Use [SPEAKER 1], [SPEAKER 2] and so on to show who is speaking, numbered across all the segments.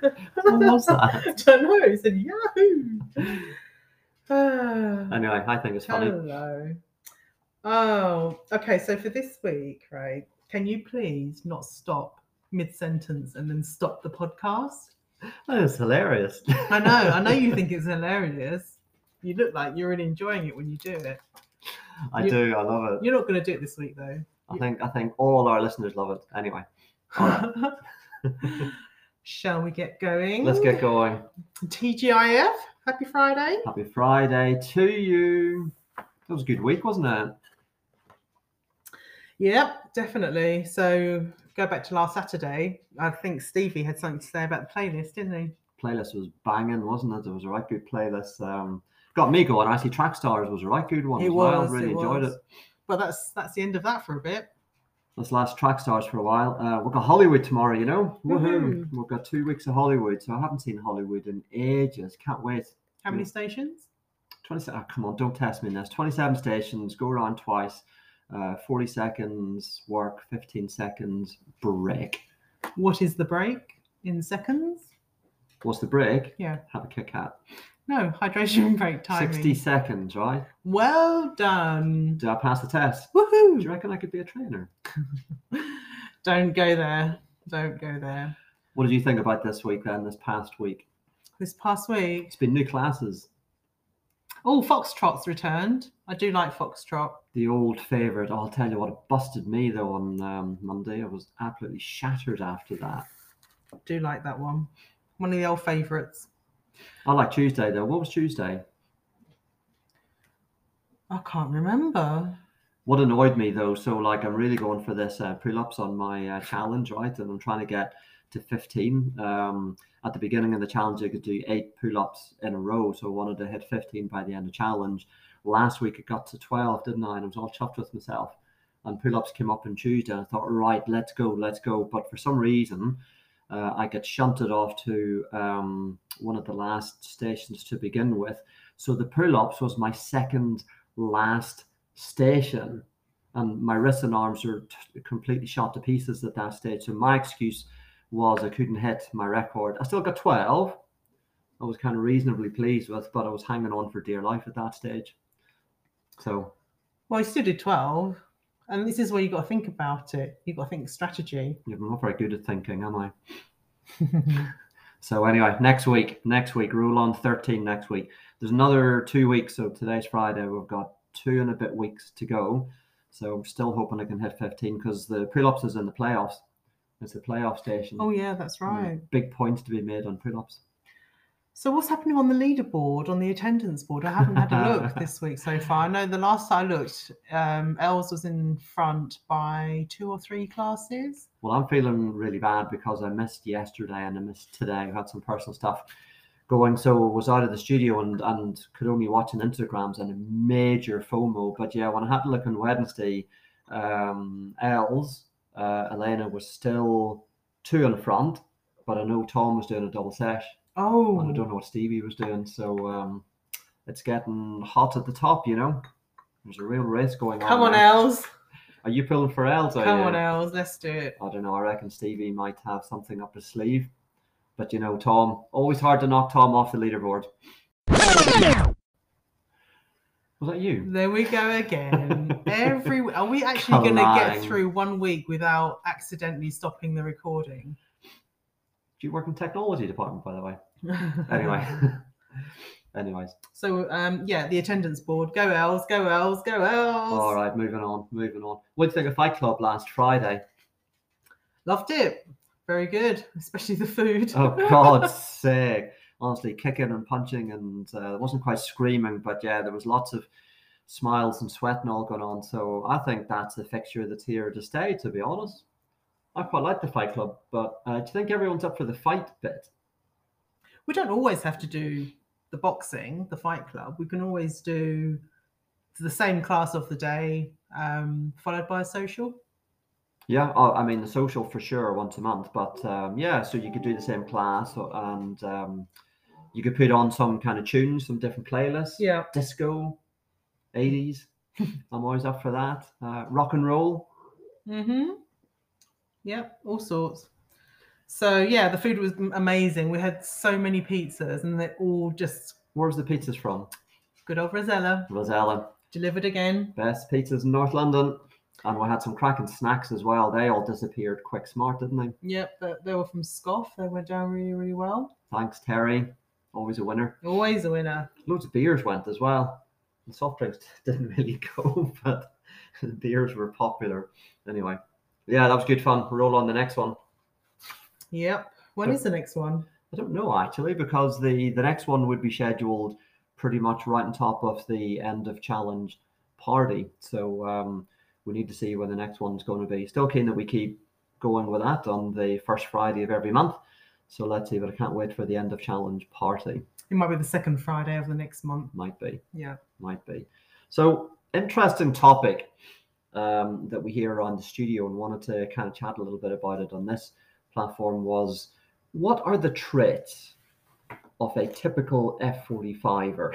[SPEAKER 1] What was that?
[SPEAKER 2] I don't know. It said Yahoo. Ah,
[SPEAKER 1] Anyway, I think it's funny.
[SPEAKER 2] hello. Oh, okay. So for this week, right? Can you please not stop mid sentence and then stop the podcast? Oh.
[SPEAKER 1] That is hilarious.
[SPEAKER 2] I know. I know you think it's hilarious. You look like you're really enjoying it when you do it.
[SPEAKER 1] I
[SPEAKER 2] you-
[SPEAKER 1] do. I love it.
[SPEAKER 2] You're not going to do it this week, though.
[SPEAKER 1] I think I think all our listeners love it. Anyway,
[SPEAKER 2] Shall we get going?
[SPEAKER 1] let's get going.
[SPEAKER 2] TGIF. Happy Friday.
[SPEAKER 1] Happy Friday to you. That was a good week, wasn't it?
[SPEAKER 2] Yep, definitely. So go back to last Saturday. I think Stevie had something to say about the playlist, didn't
[SPEAKER 1] Playlist was banging, wasn't it? It was a right good playlist. Um, got me going. Actually, Trackstars was a right good one.
[SPEAKER 2] he?
[SPEAKER 1] as well. really enjoyed
[SPEAKER 2] was.
[SPEAKER 1] it.
[SPEAKER 2] Well, that's that's the end of that for a bit.
[SPEAKER 1] Let's last Trackstars for a while. Uh, we've got Hollywood tomorrow, you know. Woohoo!
[SPEAKER 2] Woohoo.
[SPEAKER 1] We've got two weeks of Hollywood, so I haven't seen Hollywood in ages. Can't wait.
[SPEAKER 2] How many
[SPEAKER 1] Mm.
[SPEAKER 2] stations?
[SPEAKER 1] 27 oh, come on don't test me in this 27 stations go around twice uh, 40 seconds work 15 seconds break
[SPEAKER 2] What is the break in seconds?
[SPEAKER 1] what's the break
[SPEAKER 2] Yeah.
[SPEAKER 1] have a kick at
[SPEAKER 2] No, hydration break timing.
[SPEAKER 1] 60 seconds right
[SPEAKER 2] Well done.
[SPEAKER 1] did i pass the test do you
[SPEAKER 2] Woohoo!
[SPEAKER 1] reckon i could be a trainer
[SPEAKER 2] Don't go there. Don't go there.
[SPEAKER 1] what did you think about this week then this past week
[SPEAKER 2] This past week,
[SPEAKER 1] it's been new classes
[SPEAKER 2] oh, Foxtrot's returned. I do like Foxtrot.
[SPEAKER 1] the old favorite i'll tell you what it busted me though on um, monday i was absolutely shattered after that
[SPEAKER 2] Do like that one. One of the old favourites.
[SPEAKER 1] i like tuesday though what was tuesday
[SPEAKER 2] I can't remember.
[SPEAKER 1] what annoyed me though so like i'm really going for this uh, pull-ups on my uh, challenge right and i'm trying to get to 15 um, at the beginning of the challenge i could do eight pull-ups in a row so i wanted to hit 15 by the end of challenge last week it got to 12 didn't i and i was all chuffed with myself and pull-ups came up on tuesday and i thought right let's go let's go but for some reason uh, i got shunted off to um, one of the last stations to begin with so the pull-ups was my second last station and my wrists and arms are t- completely shot to pieces at that stage so my excuse was i couldn't hit my record i still got 12 i was kind of reasonably pleased with but i was hanging on for dear life at that stage so
[SPEAKER 2] Well, you still did 12. And this is where you got to think about it. You've got to think strategy.
[SPEAKER 1] yeah, i'm not very good at thinking am i so anyway next week next week rule on 13 next week there's another two weeks so today's friday we've got two and a bit weeks to go so i'm still hoping i can hit 15 because the pre-ops is in the playoffs it's the playoff station
[SPEAKER 2] oh, yeah, that's
[SPEAKER 1] Mm,
[SPEAKER 2] right.
[SPEAKER 1] Big points to be made on pull-ups.
[SPEAKER 2] So, what's happening on the leaderboard, on the attendance board? I haven't had a look this week so far. I know the last I looked, um, Els was in front by two or three classes.
[SPEAKER 1] Well, I'm feeling really bad because I missed yesterday and I missed today. I had some personal stuff going, so I was out of the studio and and could only watch on Instagrams and a major FOMO. But yeah, when I had to look on Wednesday, um, Els uh, Elena was still two in front, but I know Tom was doing a double sesh,
[SPEAKER 2] Oh,
[SPEAKER 1] and I don't know what Stevie was doing. So um, it's getting hot at the top, you know. There's a real race going on.
[SPEAKER 2] come on,
[SPEAKER 1] there.
[SPEAKER 2] Els.
[SPEAKER 1] Are you pulling for Els? are
[SPEAKER 2] Come
[SPEAKER 1] you?
[SPEAKER 2] on, Els. Let's do it.
[SPEAKER 1] I don't know. I reckon Stevie might have something up his sleeve. But you know, Tom, always hard to knock Tom off the leaderboard. Was that you?
[SPEAKER 2] There we go again. Every are we actually going to
[SPEAKER 1] Collide.
[SPEAKER 2] get through one week without accidentally stopping the recording?
[SPEAKER 1] Do you work in technology department, by the way? Anyway. Anyways.
[SPEAKER 2] so um, yeah, the attendance board. Go Els. Go Els. Go Els.
[SPEAKER 1] All right, moving on, moving on. What do you think of Fight Club last Friday?
[SPEAKER 2] Loved it. Very good, especially the food.
[SPEAKER 1] Oh, God's sake. Honestly, kicking and punching, and uh, it wasn't quite screaming, but yeah, there was lots of smiles and sweat and all going on. So I think that's the fixture that's here to stay, to be honest. I quite like the fight club, but uh, do you think everyone's up for the fight bit?
[SPEAKER 2] we don't always have to do the boxing, the fight club. We can always do the same class of the day, um, followed by a social.
[SPEAKER 1] Yeah, oh, I mean, the social for sure once a month, but um, yeah, so you could do the same class or- and um, you could put on some kind of tunes, some different playlists.
[SPEAKER 2] Yeah.
[SPEAKER 1] Disco, 80s. I'm always up for that. Uh, rock and roll.
[SPEAKER 2] Mm-hmm. Yep, all sorts. So yeah, the food was m- amazing. We had so many pizzas, and they all just
[SPEAKER 1] Where was the pizzas from?
[SPEAKER 2] good old Rosella
[SPEAKER 1] Rosella.
[SPEAKER 2] delivered again.
[SPEAKER 1] Best pizzas in North London. And we had some cracking snacks as well. They all disappeared quick smart, didn't they?
[SPEAKER 2] Yep, but they were from Scoff. They went down really, really well.
[SPEAKER 1] Thanks, Terry. Always a winner.
[SPEAKER 2] Always a winner.
[SPEAKER 1] Loads of beers went as well. The soft drinks didn't really go, but the beers were popular. Anyway, yeah, that was good fun. Roll on the next one.
[SPEAKER 2] Yep. When
[SPEAKER 1] But-
[SPEAKER 2] is the next one?
[SPEAKER 1] I don't know actually, because the the next one would be scheduled pretty much right on top of the end of challenge party. So um, we need to see when the next one's going to be. Still keen that we keep going with that on the first Friday of every month. So let's see, but I can't wait for the end of challenge party.
[SPEAKER 2] It might be the second Friday of the next month.
[SPEAKER 1] Might be,
[SPEAKER 2] Yeah.
[SPEAKER 1] might be. So interesting topic um, that we hear on the studio and wanted to kind of chat a little bit about it on this platform was what are the traits of a typical F45er?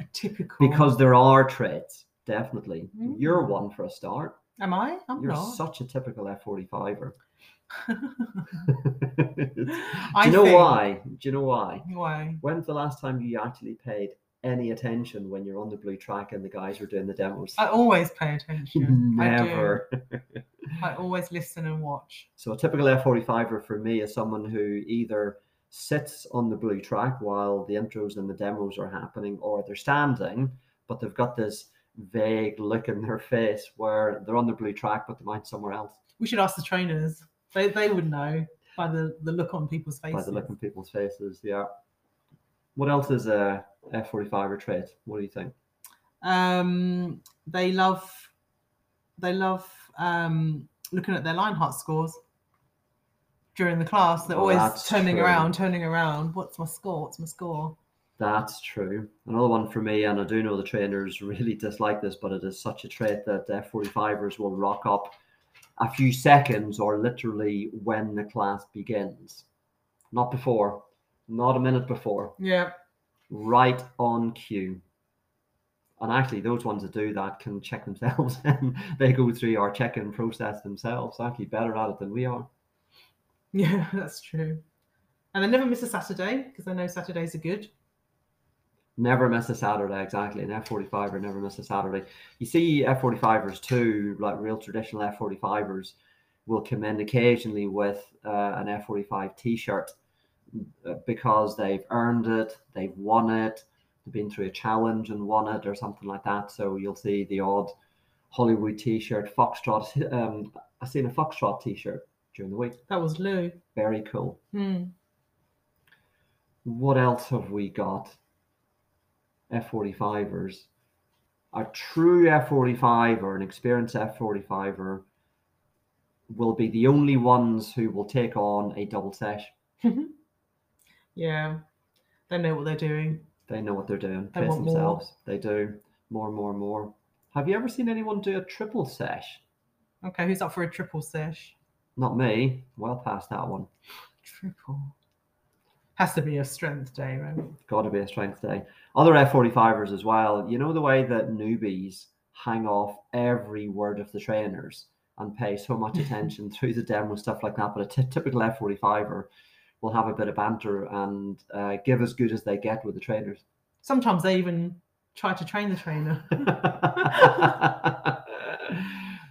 [SPEAKER 2] A typical.
[SPEAKER 1] Because there are traits, definitely.
[SPEAKER 2] Mm.
[SPEAKER 1] You're one for a start.
[SPEAKER 2] am I? I'm
[SPEAKER 1] You're
[SPEAKER 2] not.
[SPEAKER 1] such a typical F45er.
[SPEAKER 2] I
[SPEAKER 1] Do you know
[SPEAKER 2] think-
[SPEAKER 1] why? Do you know why?
[SPEAKER 2] Why?
[SPEAKER 1] When's the last time you actually paid any attention when you're on the blue track and the guys were doing the demos?
[SPEAKER 2] I always pay attention.
[SPEAKER 1] Never.
[SPEAKER 2] Uh, I, do. I always listen and watch.
[SPEAKER 1] So a typical F45er for me is someone who either sits on the blue track while the intros and the demos are happening, or they're standing, but they've got this vague look in their face where they're on the blue track, but their mind's somewhere else
[SPEAKER 2] We should ask the trainers. They they would know by the, the look on people's faces.
[SPEAKER 1] by the look in people's faces. Yeah. What else is a F45er trait? What do you think?
[SPEAKER 2] um they love they love um looking at their Lionheart scores during the class. They're
[SPEAKER 1] Well,
[SPEAKER 2] always
[SPEAKER 1] Oh, that's
[SPEAKER 2] turning
[SPEAKER 1] true.
[SPEAKER 2] around, turning around. What's my score? What's my score?
[SPEAKER 1] That's true. Another one for me, and I do know the trainers really dislike this, but it is such a trait that F45ers will rock up a few seconds or literally when the class begins. Not before, not a minute before,
[SPEAKER 2] Yeah.
[SPEAKER 1] right on cue. And actually, those ones that do that can check themselves and they go through our check in process themselves. They're Actually, better at it than we are.
[SPEAKER 2] Yeah, that's true. And they never miss a Saturday because I know Saturdays are good.
[SPEAKER 1] Never miss a Saturday, exactly. An F45er never miss a Saturday. You see F45ers too, like real traditional F45ers will come in occasionally with uh, an F45 t-shirt uh, because they've earned it, they've won it, they've been through a challenge and won it or something like that. So you'll see the odd Hollywood t-shirt, Foxtrot. Um, I seen a Foxtrot t-shirt during the week.
[SPEAKER 2] That was Lou.
[SPEAKER 1] Very cool.
[SPEAKER 2] Hmm.
[SPEAKER 1] What else have we got? F45ers. A true F45 or an experienced F45er will be the only ones who will take on a double sesh.
[SPEAKER 2] Yeah. They know what they're doing.
[SPEAKER 1] They know what they're doing.
[SPEAKER 2] They
[SPEAKER 1] Pace
[SPEAKER 2] want more.
[SPEAKER 1] themselves. They do more, more, more. Have you ever seen anyone do a triple sesh?
[SPEAKER 2] Okay, who's up for a triple sesh?
[SPEAKER 1] Not me. Well past that one.
[SPEAKER 2] Triple. Has to be a strength day, right?
[SPEAKER 1] Got to be a strength day. Other F45ers as well. You know the way that newbies hang off every word of the trainers and pay so much attention through the demo and stuff like that. But a ty- typical F45er will have a bit of banter and uh, give as good as they get with the trainers.
[SPEAKER 2] Sometimes they even try to train the trainer.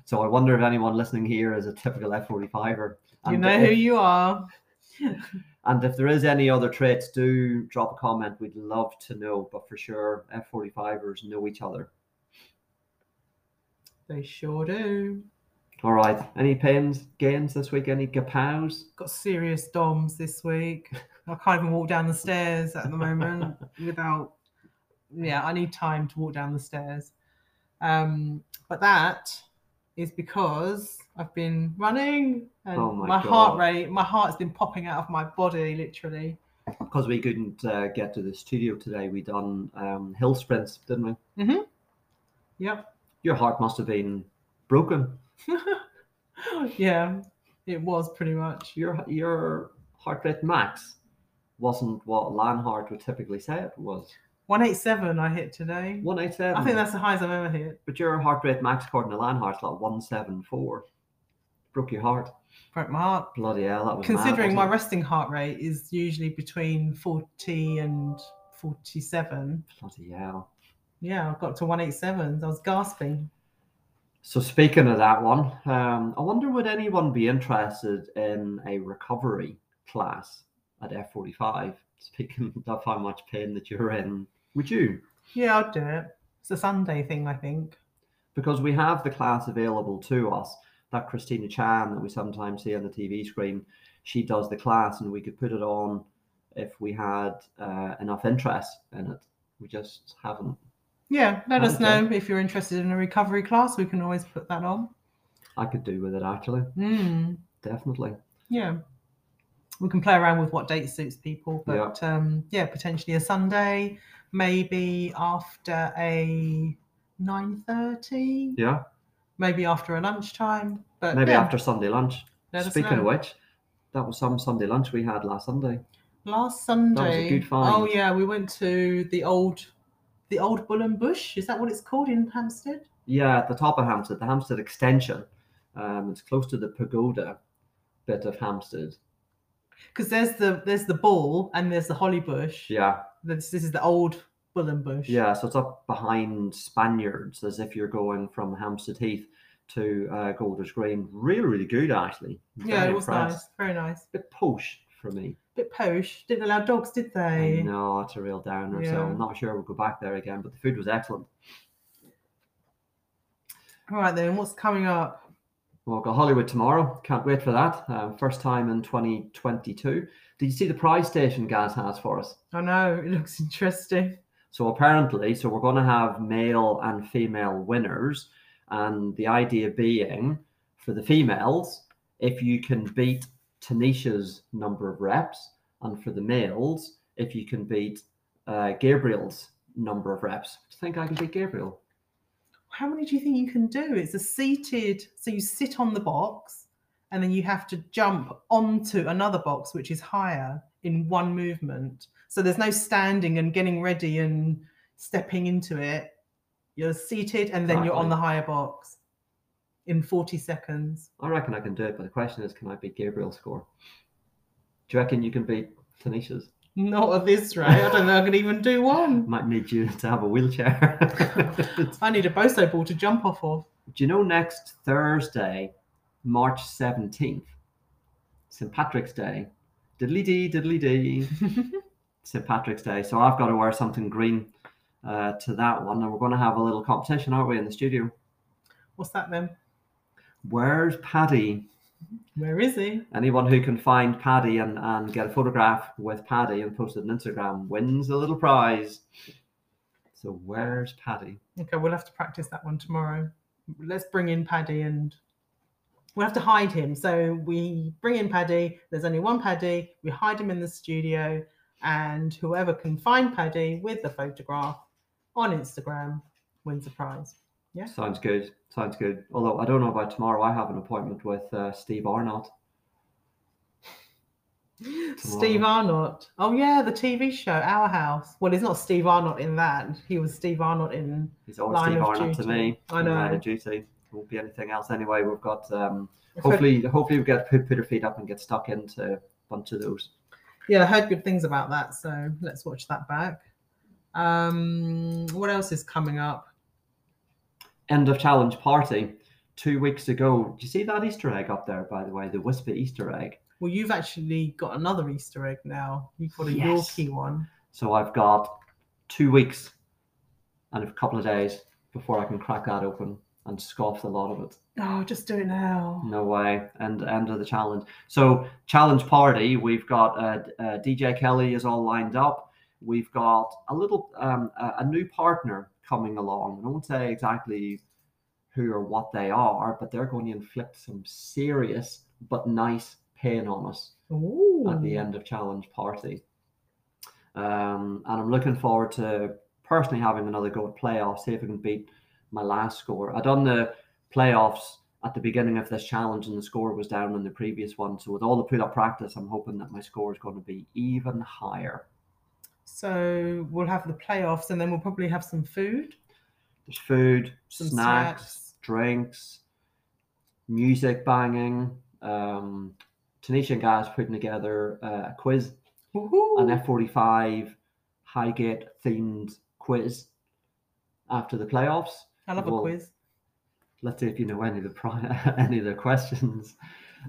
[SPEAKER 1] so I wonder if anyone listening here is a typical F45er.
[SPEAKER 2] You
[SPEAKER 1] And
[SPEAKER 2] know who
[SPEAKER 1] if-
[SPEAKER 2] you are.
[SPEAKER 1] And if there is any other traits, do drop a comment. We'd love to know. But for sure, F45ers know each other.
[SPEAKER 2] They sure do.
[SPEAKER 1] All right. Any pains, gains this week? Any gapows?
[SPEAKER 2] Got serious DOMs this week. I can't even walk down the stairs at the moment without. Yeah, I need time to walk down the stairs. Um, but that is because I've been running and
[SPEAKER 1] Oh my
[SPEAKER 2] my heart
[SPEAKER 1] God.
[SPEAKER 2] rate, my heart's been popping out of my body literally.
[SPEAKER 1] Because we couldn't uh, get to the studio today, we done um, hill sprints, didn't we?
[SPEAKER 2] Yep.
[SPEAKER 1] Your heart must have been broken.
[SPEAKER 2] yeah, it was pretty much.
[SPEAKER 1] Your your heart rate max wasn't what Lanhart would typically say it was.
[SPEAKER 2] 187 I hit today.
[SPEAKER 1] One eight seven.
[SPEAKER 2] I think that's the highest I've ever hit.
[SPEAKER 1] But your heart rate max according to Lanhart's like one seven four. broke your heart.
[SPEAKER 2] broke my heart.
[SPEAKER 1] Bloody hell, that was mad,
[SPEAKER 2] Considering my
[SPEAKER 1] wasn't it?
[SPEAKER 2] resting heart rate is usually between 40 and 47.
[SPEAKER 1] Bloody hell.
[SPEAKER 2] Yeah, I got to 187. I was gasping.
[SPEAKER 1] So speaking of that one, um, I wonder would anyone be interested in a recovery class at F45? Speaking of how much pain that you're in, would you?
[SPEAKER 2] Yeah, I'll do it. It's a Sunday thing, I think.
[SPEAKER 1] Because we have the class available to us. That Christina Chan that we sometimes see on the TV screen, she does the class, and we could put it on if we had uh, enough interest in it. We just haven't.
[SPEAKER 2] Yeah, let us
[SPEAKER 1] Okay.
[SPEAKER 2] know if you're interested in a recovery class. We can always put that on.
[SPEAKER 1] I could do with it actually,
[SPEAKER 2] Mm,
[SPEAKER 1] definitely.
[SPEAKER 2] yeah. We can play around with what date suits people, but um, yeah, potentially a Sunday, maybe after a 9.30,
[SPEAKER 1] Yeah,
[SPEAKER 2] maybe after a lunchtime. But
[SPEAKER 1] maybe
[SPEAKER 2] yeah,
[SPEAKER 1] after Sunday lunch.
[SPEAKER 2] let us
[SPEAKER 1] Speaking
[SPEAKER 2] know.
[SPEAKER 1] of which, that was some Sunday lunch we had last Sunday.
[SPEAKER 2] Last Sunday.
[SPEAKER 1] good find.
[SPEAKER 2] oh yeah, we went to the old, the old Bullen Bush. Is that what it's called in Hampstead?
[SPEAKER 1] Yeah, at the top of Hampstead, the Hampstead extension. Um, it's close to the pagoda bit of Hampstead.
[SPEAKER 2] Because there's the there's the ball and there's the holly bush.
[SPEAKER 1] Yeah,
[SPEAKER 2] This this is the old Bullen Bush.
[SPEAKER 1] yeah. So it's up behind Spaniards, as if you're going from Hampstead Heath to uh, Golders Green. Really, really good actually. I'm
[SPEAKER 2] Yeah,
[SPEAKER 1] very
[SPEAKER 2] it was
[SPEAKER 1] impressed.
[SPEAKER 2] nice. Very nice.
[SPEAKER 1] bit posh for me.
[SPEAKER 2] Bit posh. Didn't allow dogs, did they?
[SPEAKER 1] No, it's a real downer. So
[SPEAKER 2] Yeah.
[SPEAKER 1] I'm not sure we'll go back there again. But the food was excellent.
[SPEAKER 2] All right then, what's coming up?
[SPEAKER 1] Well, got Hollywood tomorrow. Can't wait for that. Um, first time in 2022. Did you see the prize station Gaz has for us?
[SPEAKER 2] I know it looks interesting.
[SPEAKER 1] So apparently, so we're going to have male and female winners, and the idea being for the females, if you can beat Tanisha's number of reps, and for the males, if you can beat uh, Gabriel's number of reps. Do you think I can beat Gabriel?
[SPEAKER 2] How many do you think you can do? It's a seated, so you sit on the box, and then you have to jump onto another box which is higher in one movement. So there's no standing and getting ready and stepping into it. You're seated, and then you're on
[SPEAKER 1] Exactly.
[SPEAKER 2] the higher box in 40 seconds.
[SPEAKER 1] I reckon I can do it, but the question is, can I beat Gabriel's score? Do you reckon you can beat Tanisha's?
[SPEAKER 2] Not at this rate. I don't think I can even do one.
[SPEAKER 1] Might need you to have a wheelchair.
[SPEAKER 2] I need a Boso ball to jump off of.
[SPEAKER 1] Do you know next Thursday, March 17th, St. Patrick's Day? Diddly dee, diddly dee, St. Patrick's Day. So I've got to wear something green uh, to that one. And we're going to have a little competition, aren't we, in the studio?
[SPEAKER 2] What's that then?
[SPEAKER 1] Where's Paddy?
[SPEAKER 2] Where is he?
[SPEAKER 1] Anyone who can find Paddy and, and get a photograph with Paddy and post it on Instagram wins a little prize. So where's Paddy?
[SPEAKER 2] Okay, we'll have to practice that one tomorrow. Let's bring in Paddy and we'll have to hide him. So we bring in Paddy. There's only one Paddy. We hide him in the studio, and whoever can find Paddy with the photograph on Instagram wins a prize. Yeah.
[SPEAKER 1] Sounds good. Sounds good. Although I don't know about tomorrow. I have an appointment with uh, Steve Arnott.
[SPEAKER 2] Steve Arnott. Oh yeah, the TV show Our House. Well, it's not Steve Arnott in that. He was Steve Arnott in
[SPEAKER 1] He's always
[SPEAKER 2] Line
[SPEAKER 1] Steve
[SPEAKER 2] of
[SPEAKER 1] Arnott to
[SPEAKER 2] duty.
[SPEAKER 1] me.
[SPEAKER 2] I
[SPEAKER 1] in
[SPEAKER 2] know.
[SPEAKER 1] Line of duty. Won't be anything else anyway. We've got um, hopefully hopefully we get put, put our feet up and get stuck into a bunch of those.
[SPEAKER 2] yeah, I heard good things about that, so let's watch that back. Um, what else is coming up?
[SPEAKER 1] End of challenge party two weeks ago. Do you see that Easter egg up there? By the way, the Whisper Easter egg.
[SPEAKER 2] Well, you've actually got another Easter egg now. You've got a
[SPEAKER 1] Yes.
[SPEAKER 2] Yorkie one.
[SPEAKER 1] So I've got two weeks and a couple of days before I can crack that open and scoff the lot of it.
[SPEAKER 2] Oh, just do it now.
[SPEAKER 1] No way. And end of the challenge. So challenge party. We've got uh, d- uh, DJ Kelly is all lined up. We've got a little um, a, a new partner coming along. I won't say exactly who or what they are, but they're going to inflict some serious but nice pain on us
[SPEAKER 2] Ooh.
[SPEAKER 1] at the end of challenge party. Um, and I'm looking forward to personally having another go at playoffs, see if I can beat my last score. I done the playoffs at the beginning of this challenge, and the score was down in the previous one. So with all the put up practice, I'm hoping that my score is going to be even higher.
[SPEAKER 2] So we'll have the playoffs, and then we'll probably have some food,
[SPEAKER 1] There's food,
[SPEAKER 2] some
[SPEAKER 1] snacks,
[SPEAKER 2] snacks.
[SPEAKER 1] drinks, music banging. Um, Tunisian guys putting together uh, a quiz, an
[SPEAKER 2] Woohoo.
[SPEAKER 1] F45 Highgate themed quiz after the playoffs.
[SPEAKER 2] I love a
[SPEAKER 1] well,
[SPEAKER 2] quiz.
[SPEAKER 1] Let's see if you know any of the pri- any of the questions.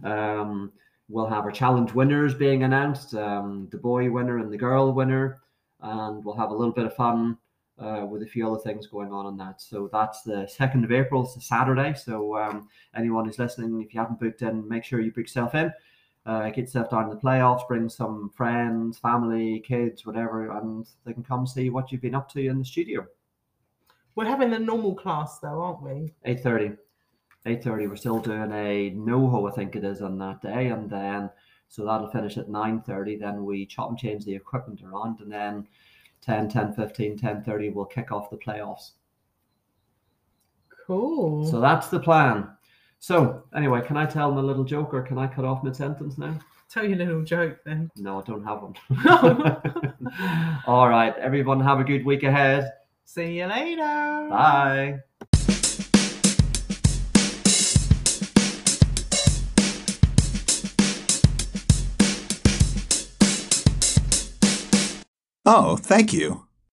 [SPEAKER 1] Um, we'll have our challenge winners being announced, um, the boy winner and the girl winner, and we'll have a little bit of fun uh, with a few other things going on in that. So that's the second of April, it's a Saturday. So um, anyone who's listening, if you haven't booked in, make sure you book yourself in. Uh, get yourself down to the playoffs, bring some friends, family, kids, whatever, and they can come see what you've been up to in the studio.
[SPEAKER 2] We're having a normal class though, aren't we?
[SPEAKER 1] 8.30 8.30 we're still doing a no-ho i think it is on that day and then so that'll finish at 9.30 then we chop and change the equipment around and then 10 10 15 10 30 we'll kick off the playoffs
[SPEAKER 2] Cool.
[SPEAKER 1] so that's the plan so anyway can i tell my little joke or can i cut off mid-sentence now
[SPEAKER 2] Tell your little joke then.
[SPEAKER 1] no i don't have one all right everyone have a good week ahead
[SPEAKER 2] See you later.
[SPEAKER 1] bye
[SPEAKER 3] Oh, thank you.